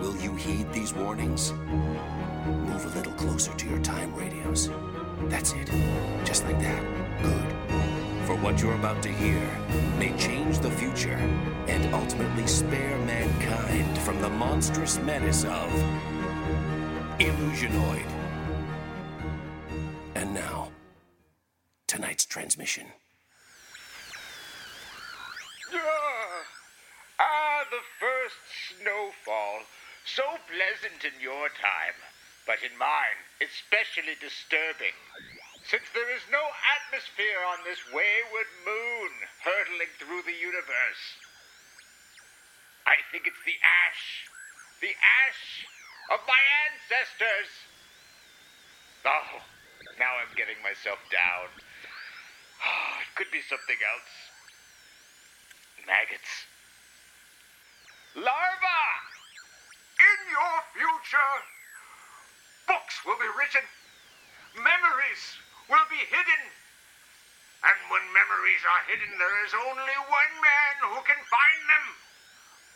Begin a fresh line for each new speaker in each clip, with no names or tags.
Will you heed these warnings? Move a little closer to your time radios. That's it. Just like that. Good. For what you're about to hear may change the future and ultimately spare mankind from the monstrous menace of Illusionoid. And now, tonight's transmission.
Ah, Ah, the first snowfall. So pleasant in your time, but in mine, especially disturbing. Since there is no atmosphere on this wayward moon hurtling through the universe. I think it's the ash. The ash of my ancestors. Oh, now I'm getting myself down. Ah, it could be something else. Maggots. Larva! In your future, books will be written, memories will be hidden. And when memories are hidden, there is only one man who can find them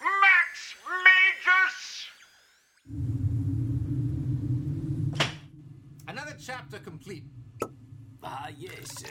Max Magus!
Another chapter complete.
Ah, yes, uh,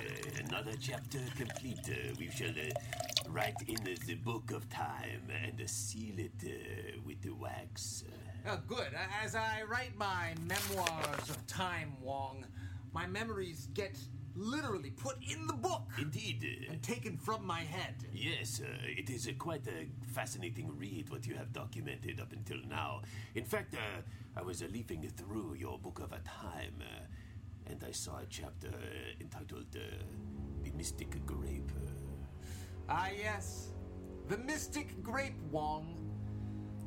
another chapter complete. Uh, we shall uh, write in uh, the book of time and uh, seal it uh, with the wax. Uh,
Oh, good. As I write my memoirs of time, Wong, my memories get literally put in the book
Indeed. uh,
and taken from my head.
Yes, uh, it is uh, quite a fascinating read what you have documented up until now. In fact, uh, I was uh, leafing through your book of a time, uh, and I saw a chapter uh, entitled uh, "The Mystic Grape." Uh,
Ah, yes. The mystic grape, Wong.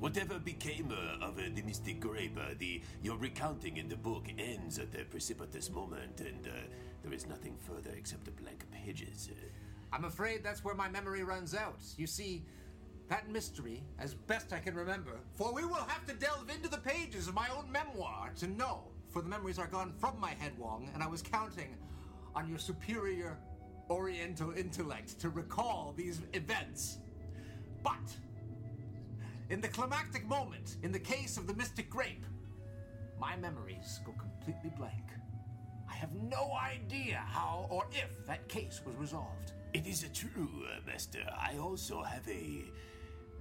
Whatever became uh, of uh, the mystic grape, uh, the your recounting in the book ends at a precipitous moment, and uh, there is nothing further except the blank pages. Uh,
I'm afraid that's where my memory runs out. You see, that mystery, as best I can remember, for we will have to delve into the pages of my own memoir to know, for the memories are gone from my head, Wong, and I was counting on your superior oriental intellect to recall these events. But, in the climactic moment, in the case of the mystic grape, my memories go completely blank. I have no idea how or if that case was resolved.
it is uh, true, uh, Master. I also have a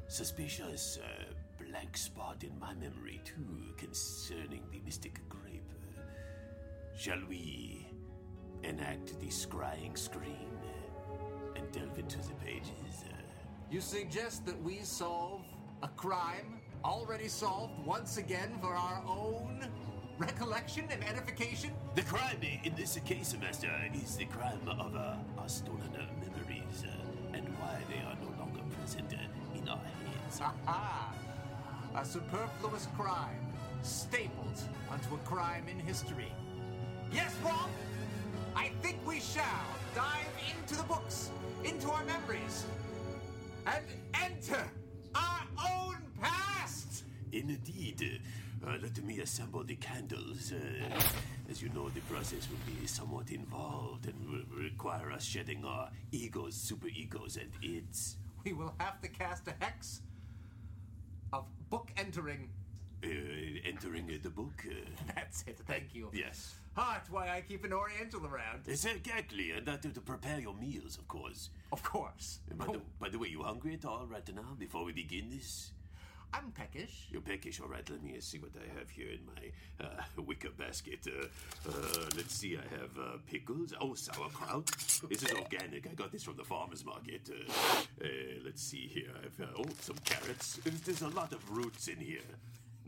suspicious uh, blank spot in my memory too concerning the mystic grape. Uh, shall we enact the scrying screen uh, and delve into the pages? Uh,
You suggest that we solve a crime already solved once again for our own recollection and edification?
The crime in this case, Master, is the crime of uh, our stolen uh, memories uh, and why they are no longer present uh, in our heads.
Aha! A superfluous crime stapled onto a crime in history. Yes, Wong! I think we shall dive into the books, into our memories, and enter our own past!
Indeed. Uh, let me assemble the candles. Uh, as you know, the process will be somewhat involved and will require us shedding our egos, superegos, and ids.
We will have to cast a hex of book entering.
Uh, entering uh, the book? Uh,
That's it, thank you.
yes.
Ah, that's why I keep an Oriental around.
Exactly, and that uh, to prepare your meals, of course.
Of course. Oh,
By the, by the way, you hungry at all right now before we begin this?
I'm peckish.
You're peckish, all right. Let me uh, see what I have here in my uh, wicker basket. Uh, uh, let's see, I have uh, pickles. Oh, sauerkraut. This is organic. I got this from the farmer's market. Uh, uh, let's see here. I've uh, oh, some carrots. There's- There's a lot of roots in here.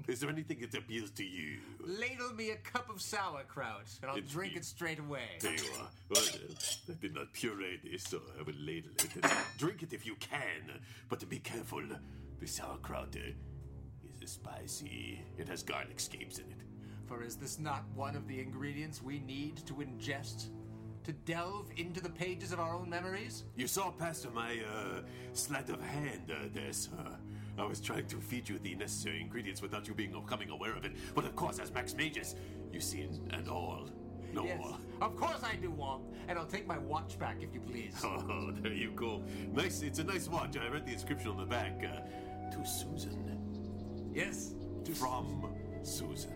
Is there anything that appeals to you?
Ladle me a cup of sauerkraut, and I'll
It's
drink
me.
it straight away.
There you are. Well, uh, I did not puree this, so I will ladle it. And drink it if you can, but be careful. The sauerkraut uh, is spicy. It has garlic scapes in it.
For is this not one of the ingredients we need to ingest? To delve into the pages of our own memories?
You saw past my uh, sleight of hand uh, there, sir. I was trying to feed you the necessary ingredients without you being becoming aware of it. But of course, as Max Mages, you see and all. No
yes.
more.
Of course I do, Wong, and I'll take my watch back if you please.
Oh, there you go. Nice. It's a nice watch. I read the inscription on the back. Uh, to Susan.
Yes.
From Susan.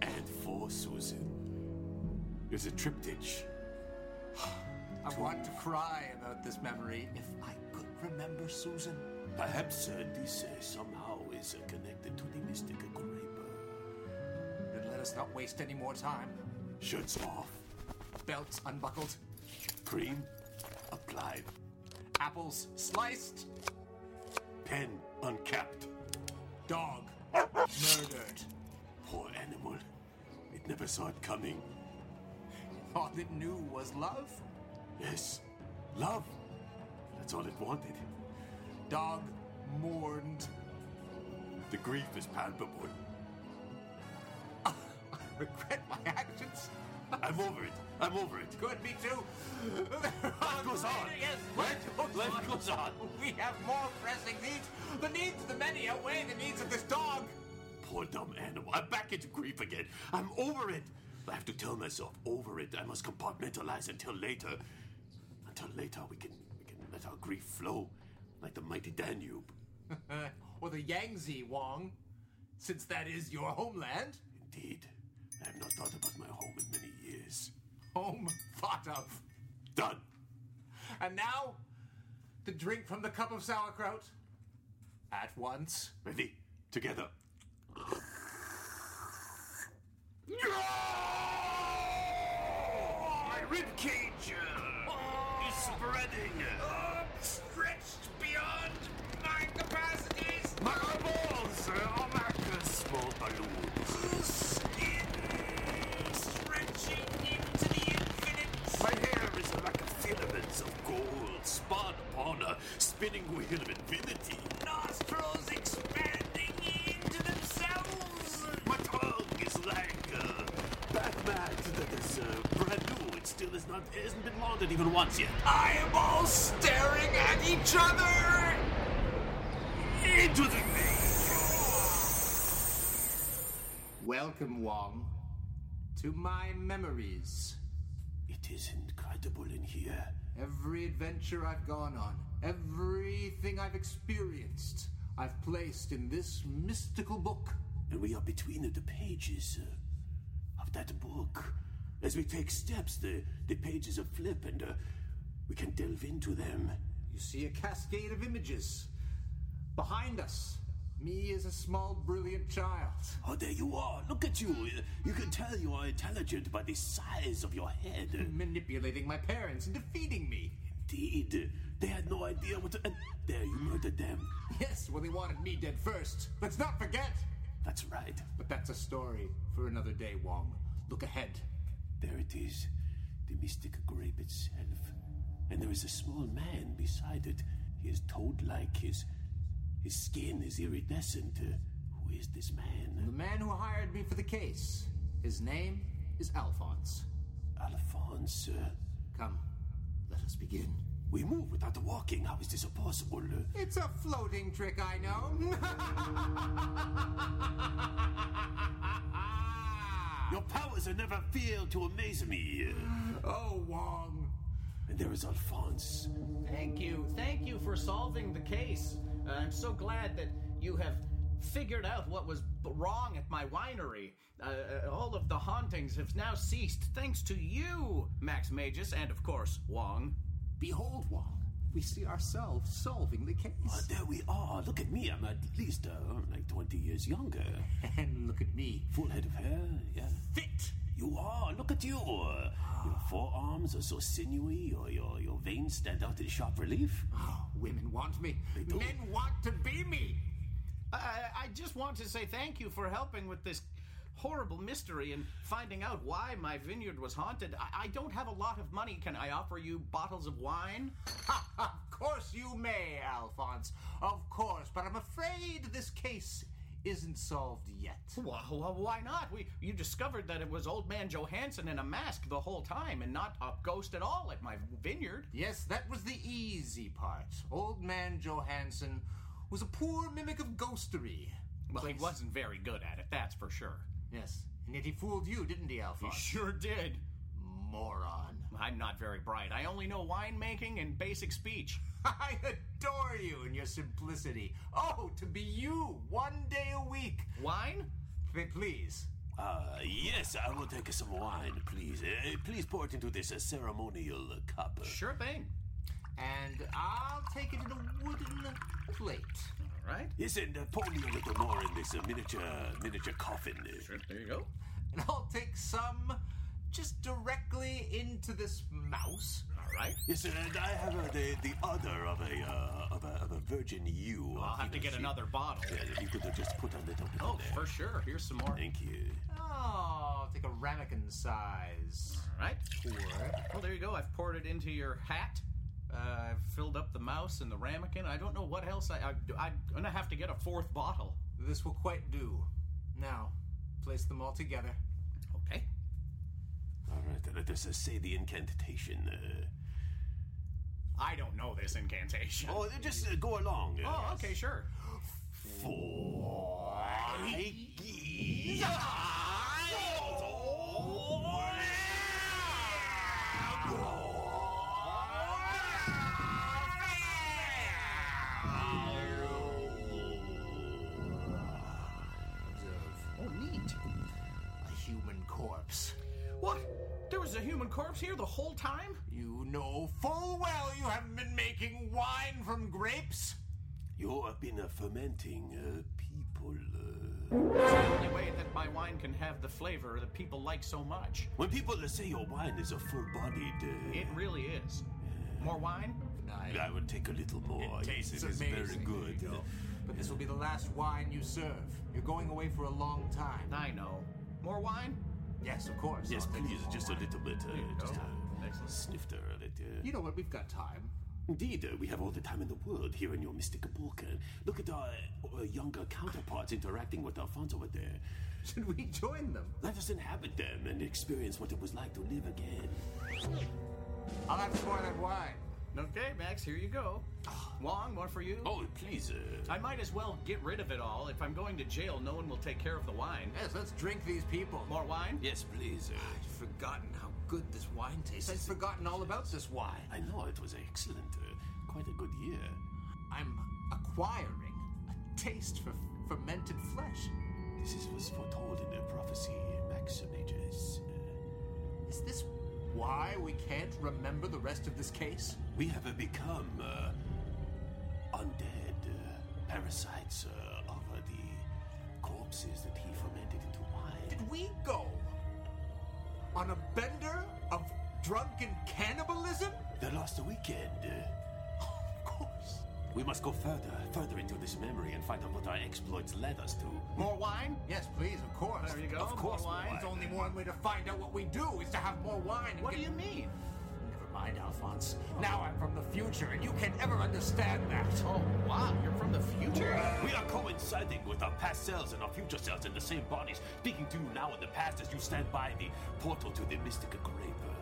And for Susan. It's a triptych.
I want to cry about this memory if I could remember Susan.
Perhaps uh, this uh, somehow is uh, connected to the mystic grape.
Then let us not waste any more time.
Shirts off.
Belts unbuckled,
Cream applied.
apples sliced,
Pen uncapped.
dog murdered.
Poor animal. It never saw it coming.
All it knew was love.
Yes. Love. That's all it wanted.
Dog mourned.
The grief is palpable.
I regret my actions.
I'm over it. I'm over it.
Good, me too.
Life goes on.
Yes,
Right? Life goes on.
We have more pressing needs. The needs of the many outweigh the needs of this dog.
Poor dumb animal. I'm back into grief again. I'm over it. I have to tell myself over it. I must compartmentalize until later. Until later, we can we can let our grief flow like the mighty Danube.
Uh, or the Yangtze, Wong, since that is your homeland.
Indeed, I have not thought about my home in many years.
Home thought of.
Done.
And now, to drink from the cup of sauerkraut. At once.
Ready? Together. My rib cage uh, is spreading. stretched beyond my capacities. My eyeballs are like a small balloons. Skin stretching into the infinite. My hair is like a filaments of gold spun upon a spinning wheel of infinity. Nostrils expanding into themselves. My tongue is like a backmat that is uh, brand new. It still is not hasn't been laundered even once yet. Eyeballs staring at each other into the
Welcome, Wong, to my memories.
It is incredible in here.
Every adventure I've gone on, everything I've experienced, I've placed in this mystical book.
and we are between the pages uh, of that book. As we take steps, the, the pages are flip and uh, we can delve into them.
You see a cascade of images. Behind us, me as a small, brilliant child.
Oh, there you are. Look at you. Uh, You can tell you are intelligent by the size of your head. Uh,
Manipulating my parents and defeating me.
Indeed. uh, They had no idea what to. And there, you murdered them.
Yes, well, they wanted me dead first. Let's not forget!
That's right.
But that's a story for another day, Wong. Look ahead.
There it is. The mystic grape itself. And there is a small man beside it. He is toad like. His, his skin is iridescent. Uh, who is this man?
The man who hired me for the case. His name is Alphonse.
Alphonse, uh,
Come, let us begin.
we move without walking. How is this possible? Uh,
It's a floating trick, I know.
your powers have never failed to amaze me. Uh,
oh, Wong.
and there is Alphonse.
Thank you. Thank you for solving the case. Uh, I'm so glad that you have figured out what was b- wrong at my winery. Uh, uh, all of the hauntings have now ceased thanks to you, Max Magus, and of course, Wong.
Behold, Wong, we see ourselves solving the case.
Oh, there we are. Look at me. I'm at least uh, like 20 years younger.
And look at me.
Full head of hair, yeah.
Fit!
You are. Look at you.
Ah.
Your forearms are so sinewy. Your, your, your veins stand out in sharp relief.
Oh, women want me.
do.
Men want to be me.
I, I just want to say thank you for helping with this horrible mystery and finding out why my vineyard was haunted. I, I don't have a lot of money. Can I offer you bottles of wine?
Of course you may, Alphonse. Of course, but I'm afraid this case isn't solved yet.
Why, Uh, why not? We, you discovered that it was old man Johansson in a mask the whole time and not a ghost at all at my vineyard.
Yes, that was the easy part. Old man Johansen was a poor mimic of ghostery.
Well, he
Place-
wasn't very good at it, that's for sure.
Yes, and yet he fooled you, didn't he, Alphonse?
Sure did.
Moron.
I'm not very bright. I only know winemaking and basic speech.
I adore you and your simplicity. Oh, to be you one day a week.
Wine?
Th- Please.
Ah.
Uh, yes, I will take some wine, please. Uh, please pour it into this uh, ceremonial uh, cup.
Sure thing.
And I'll take it in a wooden plate.
All right.
Yes, and uh, pour me a little more in this uh, miniature miniature coffin.
Sure, there you go.
And I'll take some just directly into this mouse.
All right.
Yes, and I have uh, the the other of a, uh, of a of a virgin ewe.
I'll have to get another bottle.
Yeah, if you could uh, just put a little bit.
Oh,
in there.
for sure. Here's some more.
Thank you.
Oh, I'll take a ramekin size.
All right.
Or
Well, there you go. I've poured it into your hat. Uh, I've filled up the mouse and the ramekin. I don't know what else. I, I I'm gonna have to get a fourth bottle.
This will quite do. Now, place them all together.
Okay.
All right, uh, let us uh, say the incantation. Uh,
I don't know this incantation.
oh, uh, just uh, go along. uh,
Oh, okay, sure.
Oh, Observe
Oh, neat.
a human corpse.
What? There was a human corpse here the whole time?
You know full well you haven't been making wine from grapes.
You have been uh, fermenting uh, people. Uh,
It's the only way that my wine can have the flavor that people like so much.
When people uh, say your wine is a full-bodied, uh,
It really is. More wine?
Nice.
I would take a little more. yes,
It tastes
it is
amazing.
very good.
There you go. But this will be the last wine you serve. You're going away for a long time.
I know. More wine?
Yes, of course.
Yes,
I'll take
please,
some more
just a
wine.
little bit. Uh,
you
just
go.
a
Excellent.
snifter of it. uh.
You know what? We've got time.
Indeed, uh, we have all the time in the world here in your Mystic Balkan. Look at our uh, younger counterparts interacting with Alfonso over there.
Should we join them?
Let us inhabit them and experience what it was like to live again.
I'll have some more of that wine.
Okay, Max, here you go. Wong, more for you.
Oh, please. Uh,
I might as well get rid of it all. If I'm going to jail, no one will take care of the wine.
Yes, let's drink these people.
More wine?
yes, please. Uh,
I'd forgotten how good this wine tastes. I'd forgotten all about this wine.
I know it was excellent. Uh, quite a good year.
I'm acquiring a taste for fermented flesh.
This is, was foretold in the prophecy Maximages. Uh,
Is this why we can't remember the rest of this case?
we have uh, become uh, undead uh, parasites uh, of uh, the corpses that he fermented into wine.
Did we go on a bender of drunken cannibalism?
The last weekend. uh,
Of course.
we must go further, further into this memory and find out what our exploits led us to.
More wine?
Yes, please, of course.
There you go.
Of course,
More wine.
There's only one way to find out what we do is to have more wine. and
What do
get-
you mean?
Never mind, Alphonse. Now I'm from the future, and you can't ever understand that.
Oh, wow, you're from the future?
We are coinciding with our past selves and our future selves in the same bodies, speaking to you now in the past as you stand by the portal to the Mystica Grape.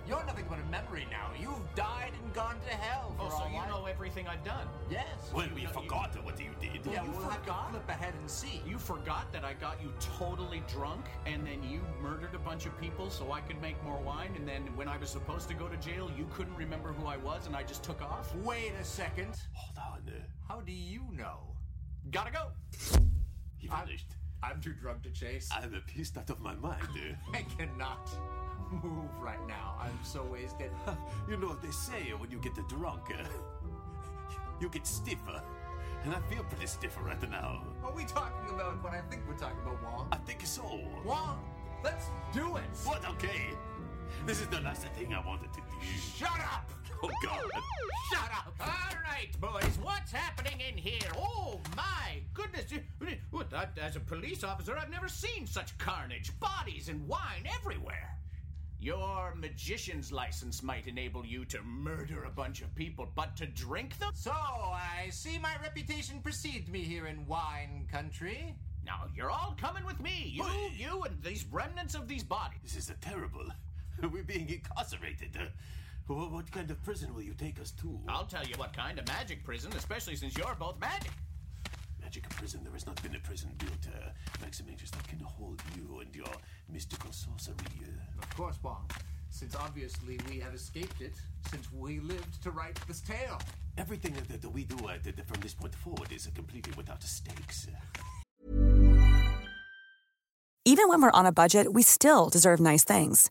You're nothing but a memory now. You've died and gone to hell. For
Oh, so
all
you
I-
know everything I've done.
Yes.
Well, we forgot what you did.
yeah,
You
we'll have
forgot?
to flip ahead and see.
You forgot that I got you totally drunk, and then you murdered a bunch of people so I could make more wine, and then when I was supposed to go to jail, you couldn't remember who I was, and I just took off?
Wait a second.
Hold on. uh,
How do you know?
Gotta go!
He
I'm-
vanished.
I'm too drunk to chase.
I'm uh, pissed out of my mind. uh.
I cannot move right now. I'm so wasted.
you know, they say uh, when you get drunk, uh, you get stiffer. And I feel pretty stiff right now.
Are we talking about what I think we're talking about, Wong?
I think so.
Wong, let's do it!
What? Okay. This is the last thing I wanted to do.
Shut up!
Oh, God.
Shut up! All right, boys, what's happening in here? Oh my goodness! You- what, I- As a police officer, I've never seen such carnage. Bodies and wine everywhere. Your magician's license might enable you to murder a bunch of people, but to drink them?
So, I see my reputation precedes me here in wine country.
Now you're all coming with me. You, you, and these remnants of these bodies.
This is a terrible. We're being incarcerated. Uh, wh- what kind of prison will you take us to?
I'll tell you what kind of magic prison, especially since you're both magic.
Magic prison. There has not been a prison built, uh, Maximagus, that can hold you and your mystical sorcery. Uh,
Of course, Wong. Since obviously we have escaped it, since we lived to write this tale.
everything that, that we do uh, that, that from this point forward is uh, completely without stakes. uh.
Even when we're on a budget, we still deserve nice things.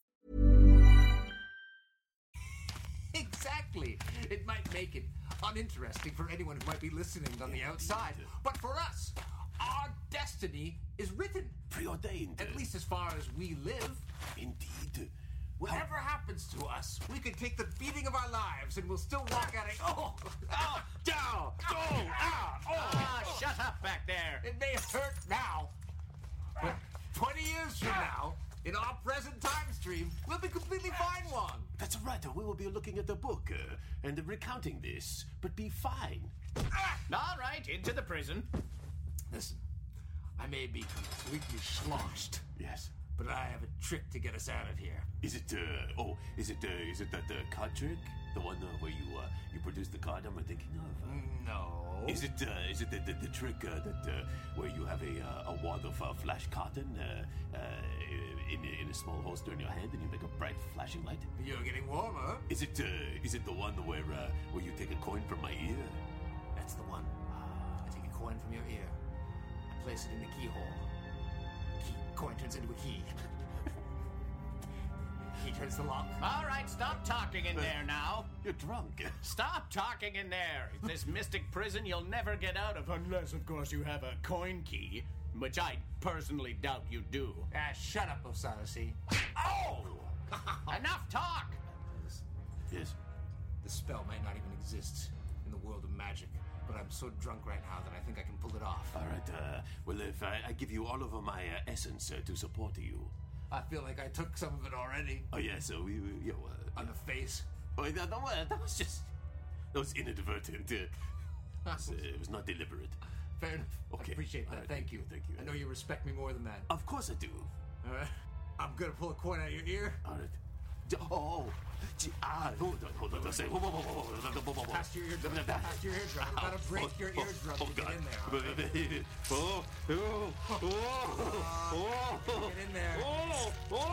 Exactly. It might make it uninteresting for anyone who might be listening on the outside. But for us, our destiny is written,
Preordained.
at least as far as we live.
Indeed.
Whatever happens to us, we could take the beating of our lives and we'll still walk out of. Oh! Oh! Down! Go! Ah! Oh!
Ah, shut up back there.
It may hurt now, but 20 years from now, in our present time stream, we'll be completely fine, Wong.
That's right. uh, We will be looking at the book uh, and uh, recounting this, but be fine.
All right, into the prison.
Listen, I may be completely sloshed,
Yes.
but I have a trick to get us out of here.
Is it? Uh, oh, is it? Uh, is it that uh, card trick? The one uh, where you uh, you produce the card I'm thinking of. Uh,
No.
Is it? Uh, is it the, the, the trick uh, that uh, where you have a uh, a wad of uh, flash cotton uh, uh, in in a small holster in your hand and you make a bright flashing light?
You're getting warmer.
Is it? Uh, is it the one where uh, where you take a coin from my ear?
That's the one. I take a coin from your ear. I place it in the keyhole. Key, coin turns into a key. key turns the lock.
All right, stop talking in there now.
You're drunk.
Stop talking in there. This mystic prison you'll never get out of unless, of course, you have a coin key, which I personally doubt you do.
Ah, shut up, Osirisy.
Oh! Enough talk.
yes.
The spell may not even exist in the world of magic, but I'm so drunk right now that I think I can pull it off.
All right. Uh, well, if I, I give you all of my uh, essence uh, to support you.
I feel like I took some of it already
Oh yeah. So we. we you, uh,
on the face.
Oh, that, that, was, that was just. That was inadvertent. Uh, it's, uh, it was not deliberate.
Fair enough.
Okay.
I appreciate
All
that.
right.
Thank you.
Thank you. Uh,
I know you respect me more than that.
Of course I do.
All right. I'm gonna pull a coin out of your ear.
All right. D- Oh, gee, ah, hold on, hold on, say, whoa, whoa, whoa, whoa, whoa, whoa, whoa, whoa, whoa.
Past your eardrum, past your eardrum. You gotta break your eardrum
Oh,
to get
God.
in there,
Oh, oh, oh, oh, oh,
Get in there.
oh, oh.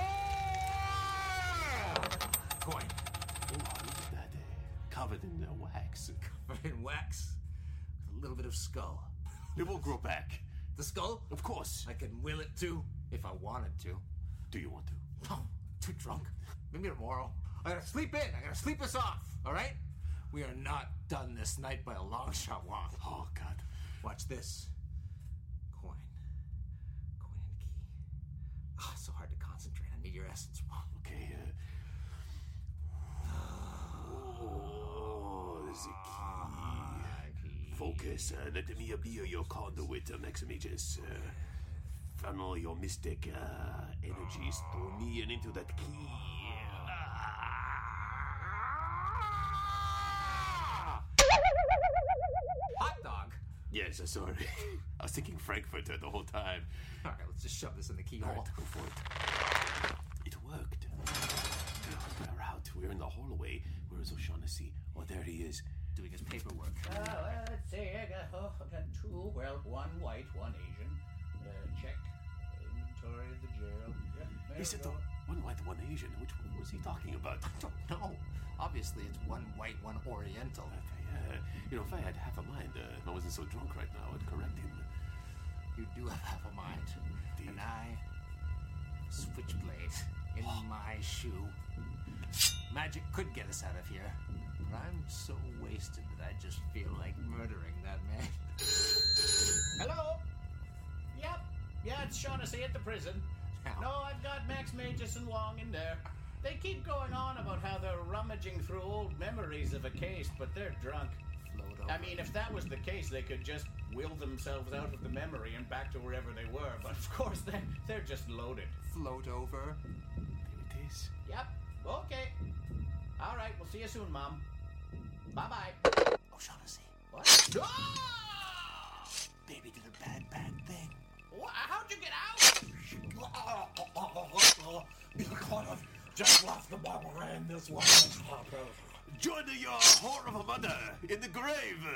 Coin.
Oh, look at that, eh, Covered in uh, wax.
In wax. A little bit of skull.
It will grow back.
The skull?
Of course.
I can will it to if I wanted to.
Do you want to?
No, too drunk. Maybe tomorrow. I gotta sleep in. I gotta sleep this off. All right? We are not done this night by a long shot walk.
Oh, God.
Watch this. Coin. Coin and key. Ah, so hard to concentrate. I need your essence.
Okay. Uh, oh, there's a key. Focus. Uh, let me be your conduit, uh, Maximagus. Uh, funnel your mystic uh, energies through me and into that key. Ah!
Hot dog.
Yes, uh, sorry. I was thinking Frankfurter the whole time.
All right, let's just shove this in the
All
keyhole.
right, go for it. It worked. We're out. We're in the hallway. Where is O'Shaughnessy? Oh, there he is.
doing his paperwork.
Uh, well, let's see. I got, oh, I got two. Well, one white, one Asian. Uh, check. Inventory of the jail. Yeah, there
He
we
said the
go.
one white, one Asian. Which one was he talking about?
I don't know. Obviously, it's one white, one oriental.
Uh, you know, if I had half a mind, uh, if I wasn't so drunk right now, I'd correct him.
You do have half a mind. And I. Switchblade in my shoe. Magic could get us out of here. But I'm so wasted that I just feel like murdering that man.
Hello? Yep. Yeah, it's Shaughnessy at the prison. No, I've got Max Magus and Long in there. They keep going on about how they're rummaging through old memories of a case, but they're drunk.
Float
I
over.
mean, if that was the case, they could just will themselves out of the memory and back to wherever they were, but of course, they're, they're just loaded.
Float over.
There it is.
Yep. Okay. All right. We'll see you soon, Mom. Bye bye.
O'Shaughnessy.
What? No!
Baby did a bad, bad thing.
Wha- How'd you get out?
You could have just left the barber in this one.
Join your whore of a mother in the grave.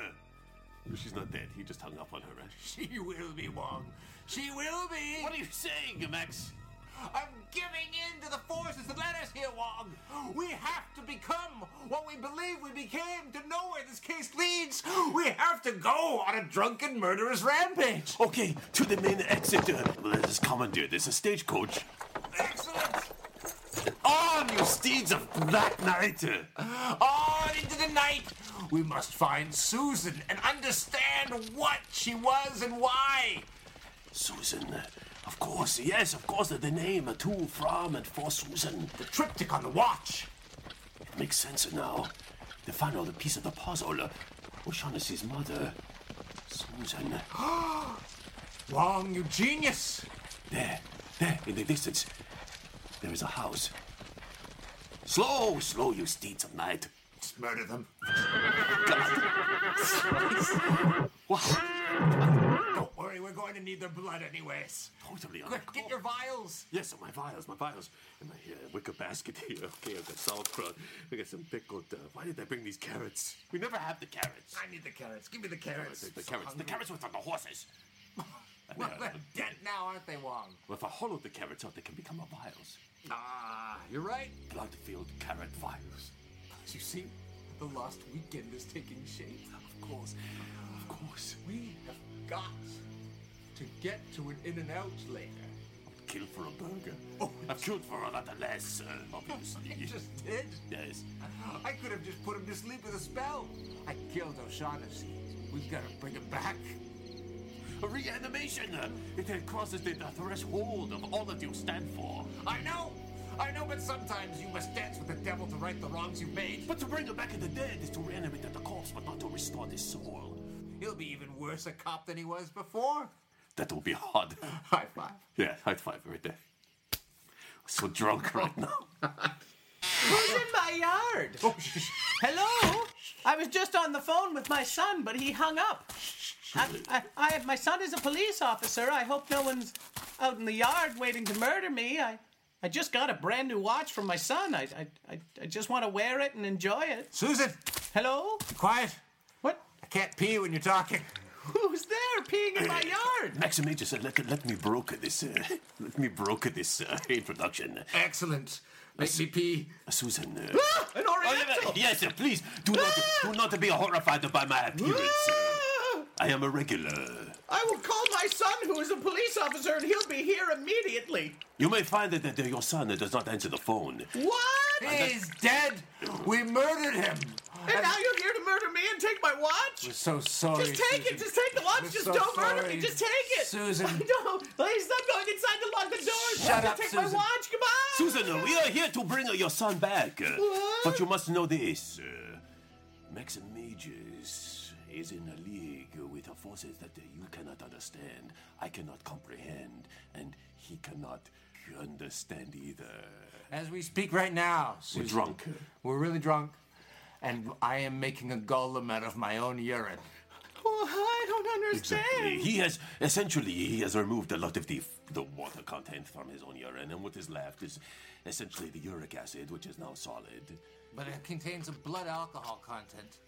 She's not dead. He just hung up on her.
She will be, Wong. She will be.
What are you saying, Max?
I'm giving in to the forces that led us here, Wong. We have to become what we believe we became to know where this case leads. We have to go on a drunken murderous rampage.
Okay, to the main exit. Uh, well, this is common, dear. This is stagecoach.
Excellent.
On, you steeds of Black Knight!
On into the night. We must find Susan and understand what she was and why.
Susan. Of course, yes, of course, the name, uh, to, from, and for Susan.
The triptych on the watch.
It makes sense now. The final piece of the puzzle. uh, O'Shaughnessy's mother, Susan.
Wong, you genius.
There, there, in the distance, there is a house. Slow, slow, you steeds of night.
Just murder them. Don't worry, we're going to need their blood anyways.
Totally
Quick, get your vials.
Yes, my vials, my vials. And my uh, wicker basket here. Okay, I've got sauerkraut. I got some pickled. Uh, why did I bring these carrots? We never have the carrots.
I need the carrots. Give me the carrots.
The, the carrots. The carrots with the horses.
Well, they're dead now, aren't they, Wong?
Well, if I hollow the carrots out, they can become a vials.
Ah, you're right.
Blood-filled carrot vials.
You see, the lost weekend is taking shape.
Of course, of course.
We have got to get to an in and out later.
Kill for a burger. I've killed for a lot less, uh, obviously.
You just did.
Yes.
I could have just put him to sleep with a spell. I killed O'Shaughnessy. We've got to bring him back.
A reanimation! uh, It uh, crosses the the threshold of all that you stand for.
I know, I know, but sometimes you must dance with the devil to right the wrongs you've made.
But to bring him back in the dead is to reanimate the corpse, but not to restore the soul.
He'll be even worse a cop than he was before.
That will be hard.
High five.
Yeah, high five right there. So drunk right now.
Who's in my yard? Hello? I was just on the phone with my son, but he hung up. I, I, I, my son is a police officer. I hope no one's out in the yard waiting to murder me. I, I just got a brand new watch from my son. I, I, I, I just want to wear it and enjoy it.
Susan,
Hello?
quiet.
What?
I can't pee when you're talking.
Who's there peeing in my yard?
Maximator said, uh, let, let me broker this, uh, let me broker this uh, introduction.
Excellent. Make me pee.
Uh, Susan. Uh,
Ah! An
Oh, yeah,
oriental!
yeah, yes, uh, please, do not, do not be horrified by my appearance.
Ah!
I am a regular.
I will call my son, who is a police officer, and he'll be here immediately.
You may find that, that your son does not answer the phone.
What?
He's dead. We murdered him.
And now you're here to murder me and take my watch?
We're so sorry.
Just take
Susan.
it. Just take the watch.
We're
just
so
don't murder
sorry.
me. Just take it.
Susan.
No, please stop going inside to lock the door.
Shut up,
take
Susan.
my watch. Come on.
Susan, uh, we are here to bring uh, your son back. uh,
What?
But you must know this. Uh, Max Mages is in a league with uh, forces that uh, you cannot understand, I cannot comprehend, and he cannot understand either.
As we speak right now, Susan,
We're drunk.
We're really drunk, and I am making a golem out of my own urine.
Oh, I don't understand.
He has essentially he has removed a lot of the the water content from his own urine, and what is left is essentially the uric acid, which is now solid.
But it contains a blood alcohol content.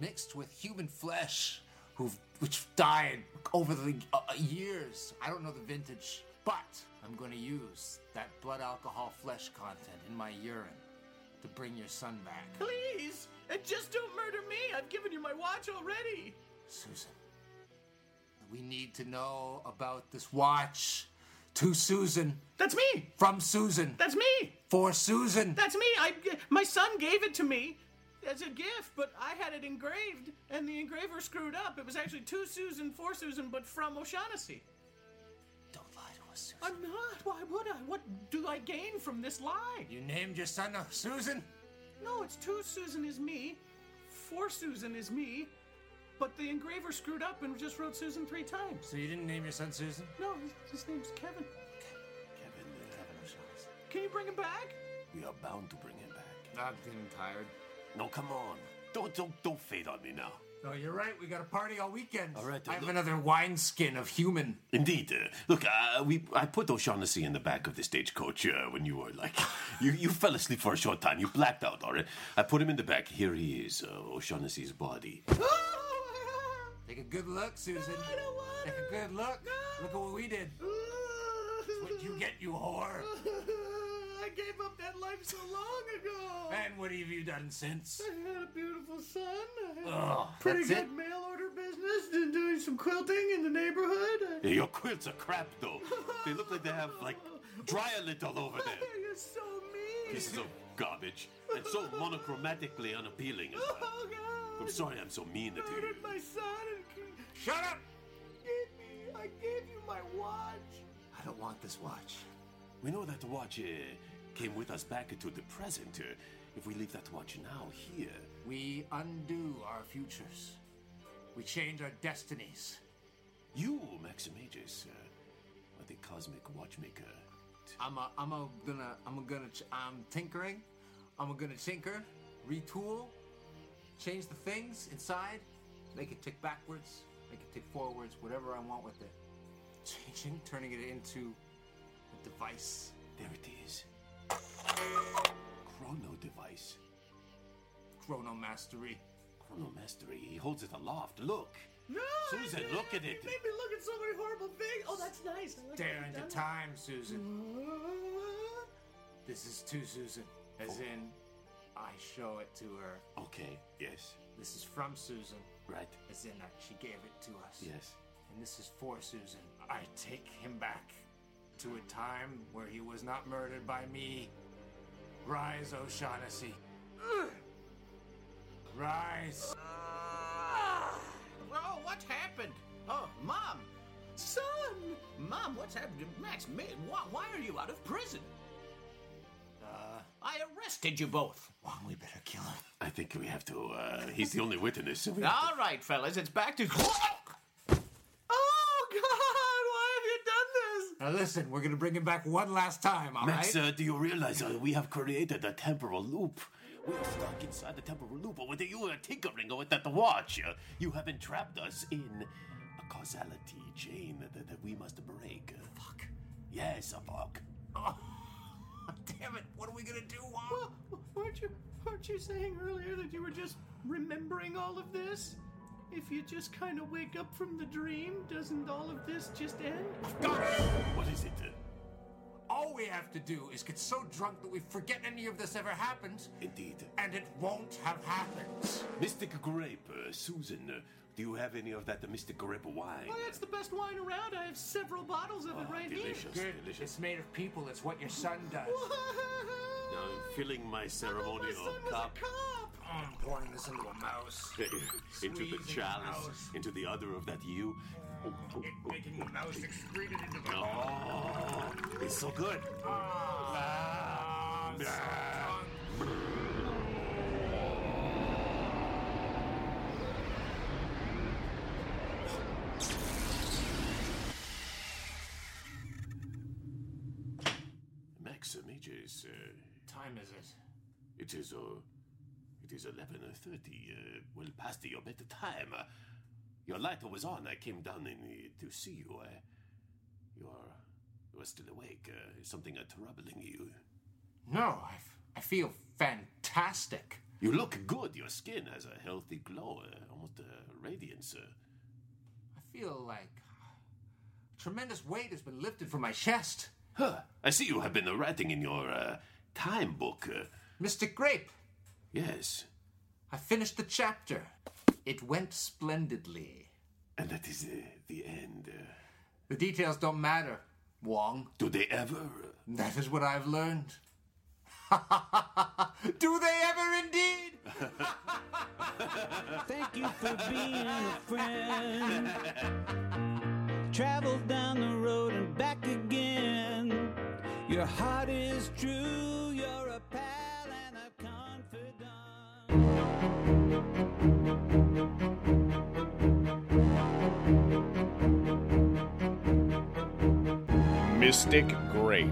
mixed with human flesh, who've which died over the uh, years. I don't know the vintage, but I'm going to use that blood alcohol flesh content in my urine to bring your son back.
Please! And just don't murder me! I've given you my watch already!
Susan, we need to know about this watch. To Susan,
That's me!
from Susan,
That's me!
for Susan.
That's me! I, my son gave it to me as a gift, but I had it engraved, and the engraver screwed up. It was actually to Susan, for Susan, but from O'Shaughnessy.
Don't lie to us, Susan.
I'm not. Why would I? What do I gain from this lie?
You named your son uh, Susan?
No, it's to Susan is me, for Susan is me, but the engraver screwed up and just wrote Susan three times.
So you didn't name your son Susan?
No, his, his name's Kevin.
Kevin,
Kevin O'Shaughnessy.
Can you bring him back?
we are bound to bring him back.
I'm getting tired.
No, come on. Don't, don't, don't fade on me now.
No, you're right. We got a party all weekend.
All right,
I have
look-
another wineskin of human.
Indeed. Uh, look, uh, we I put O'Shaughnessy in the back of the stagecoach uh, when you were like, you, you fell asleep for a short time. You blacked out, all right? I put him in the back. Here he is, uh, O'Shaughnessy's body.
Take a good look, Susan.
I don't want
Take a good look. Look at what we did. What you get, you whore.
I gave up that life so long ago.
And what have you done since?
I had a beautiful son. I had
Ugh,
pretty
that's
good
it.
mail order business. Been doing some quilting in the neighborhood.
Yeah, your quilts are crap, though. They look like they have, like, dryalint all over them.
You're so mean.
Pieces of garbage. And so monochromatically unappealing as well.
Oh God!
I'm sorry I'm so mean to you.
Murdered my son and c-
Shut up!
gave me. I gave you my watch.
I don't want this watch.
We know that watch uh, came with us back into the present. Uh, if we leave that watch now here,
We undo our futures. We change our destinies.
you, Maximagus, uh, are the cosmic watchmaker.
I'm a, I'm a gonna I'm gonna ch- I'm tinkering. I'm gonna tinker, retool, change the things inside, make it tick backwards, make it tick forwards, whatever I want with it. Changing, turning it into a device.
There it is. Chrono device.
Chrono mastery.
Chrono mastery. He holds it aloft. Look.
No,
Susan,
I-
look at it.
You made me look at so many horrible things. Oh, that's nice. I like how
Dare
you've
into
done Mm-hmm.
time, Susan.
that.
This is to Susan. As in, I show it to her.
Okay. Yes.
This is from Susan.
Right.
As in that she gave it to us.
Yes.
And this is for Susan. I take him back to a time where he was not murdered by me. Rise, O'Shaughnessy. Rise.
Oh, what happened? Oh, mom, son, mom, what's happened to Max? Ma- Why, why are you out of prison?
Uh.
I arrested you both.
Well, we better kill him.
I think we have to. Uh, he's the only witness. We have
All right, fellas, it's back to. Oh God! Why have you done this?
Now listen, we're gonna bring him back one last time, all right?
Max, uh, do you realize uh, we have created a temporal loop? We are stuck inside the temporal loop, but whether you are tinkering or with that watch, uh, you have entrapped us in a causality chain that, that we must break. Fuck. Yes, a fuck.
Damn it! What are we gonna do?
Well,
Wong?
weren't you weren't you saying earlier that you were just remembering all of this? If you just kind of wake up from the dream, doesn't all of this just end?
What is it? Uh,
All we have to do is get so drunk that we forget any of this ever happened,
indeed.
and it won't have happened.
Mystic Grape, uh, Susan, uh, do you have any of that Mystic Grape wine?
Well, that's the best wine around. I have several bottles of it
Ah,
right
delicious,
here.
delicious.
It's made of people. It's what your son does.
Now I'm filling my
my
ceremonial
son was
cup.
a cop.
Oh, I'm pouring this into a mouse.
into the
Squeezing
chalice,
mouse.
into the udder of that you.
It making the mouse excreted into the
Oh, it's so good.
Ah, son.
Max Mages, uh,
time is it?
it is uh, it is eleven thirty. Uh, well past your bedtime. Uh, your light was on. I came down in, uh, to see you. Uh, you are you are still awake. Uh, is something uh, troubling you?
No, I, f- I feel fantastic.
You look good. Your skin has a healthy glow, uh, almost a radiance. Uh,
I feel like tremendous weight has been lifted from my chest.
huh. I see you have been writing in your uh, time book. Uh,
Mystic Grape,
yes.
I finished the chapter. It went splendidly.
And that is uh, the end. Uh,
The details don't matter, Wong.
do they ever? uh,
That is what I've learned. Do they ever indeed?
Thank you for being a friend. Travel down the road and back again. Your heart is true. You're a pal and a confidant.
Mystic Grape,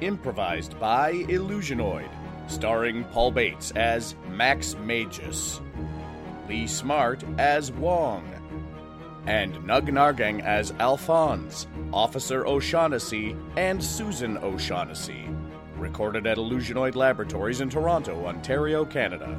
improvised by Illusionoid, starring Paul Bates as Max Magus, Lee Smart as Wong, and Nug Nargang as Alphonse, Officer O'Shaughnessy, and Susan O'Shaughnessy. Recorded at Illusionoid Laboratories in Toronto, Ontario, Canada.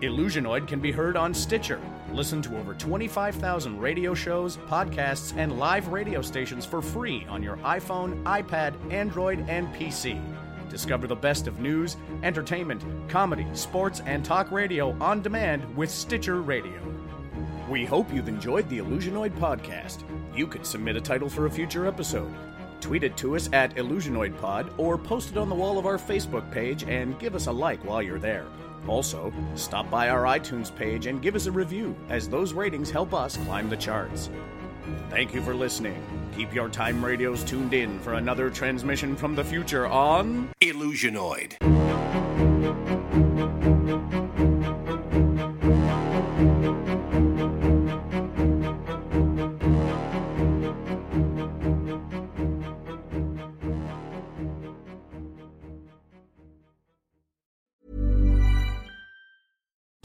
Illusionoid can be heard on Stitcher. Listen to over 25,000 radio shows, podcasts, and live radio stations for free on your iPhone, iPad, Android, and PC. Discover the best of news, entertainment, comedy, sports, and talk radio on demand with Stitcher Radio. We hope you've enjoyed the Illusionoid podcast. You could submit a title for a future episode. Tweet it to us at IllusionoidPod or post it on the wall of our Facebook page and give us a like while you're there. Also, stop by our iTunes page and give us a review, as those ratings help us climb the charts. Thank you for listening. Keep your time radios tuned in for another transmission from the future on.
Illusionoid.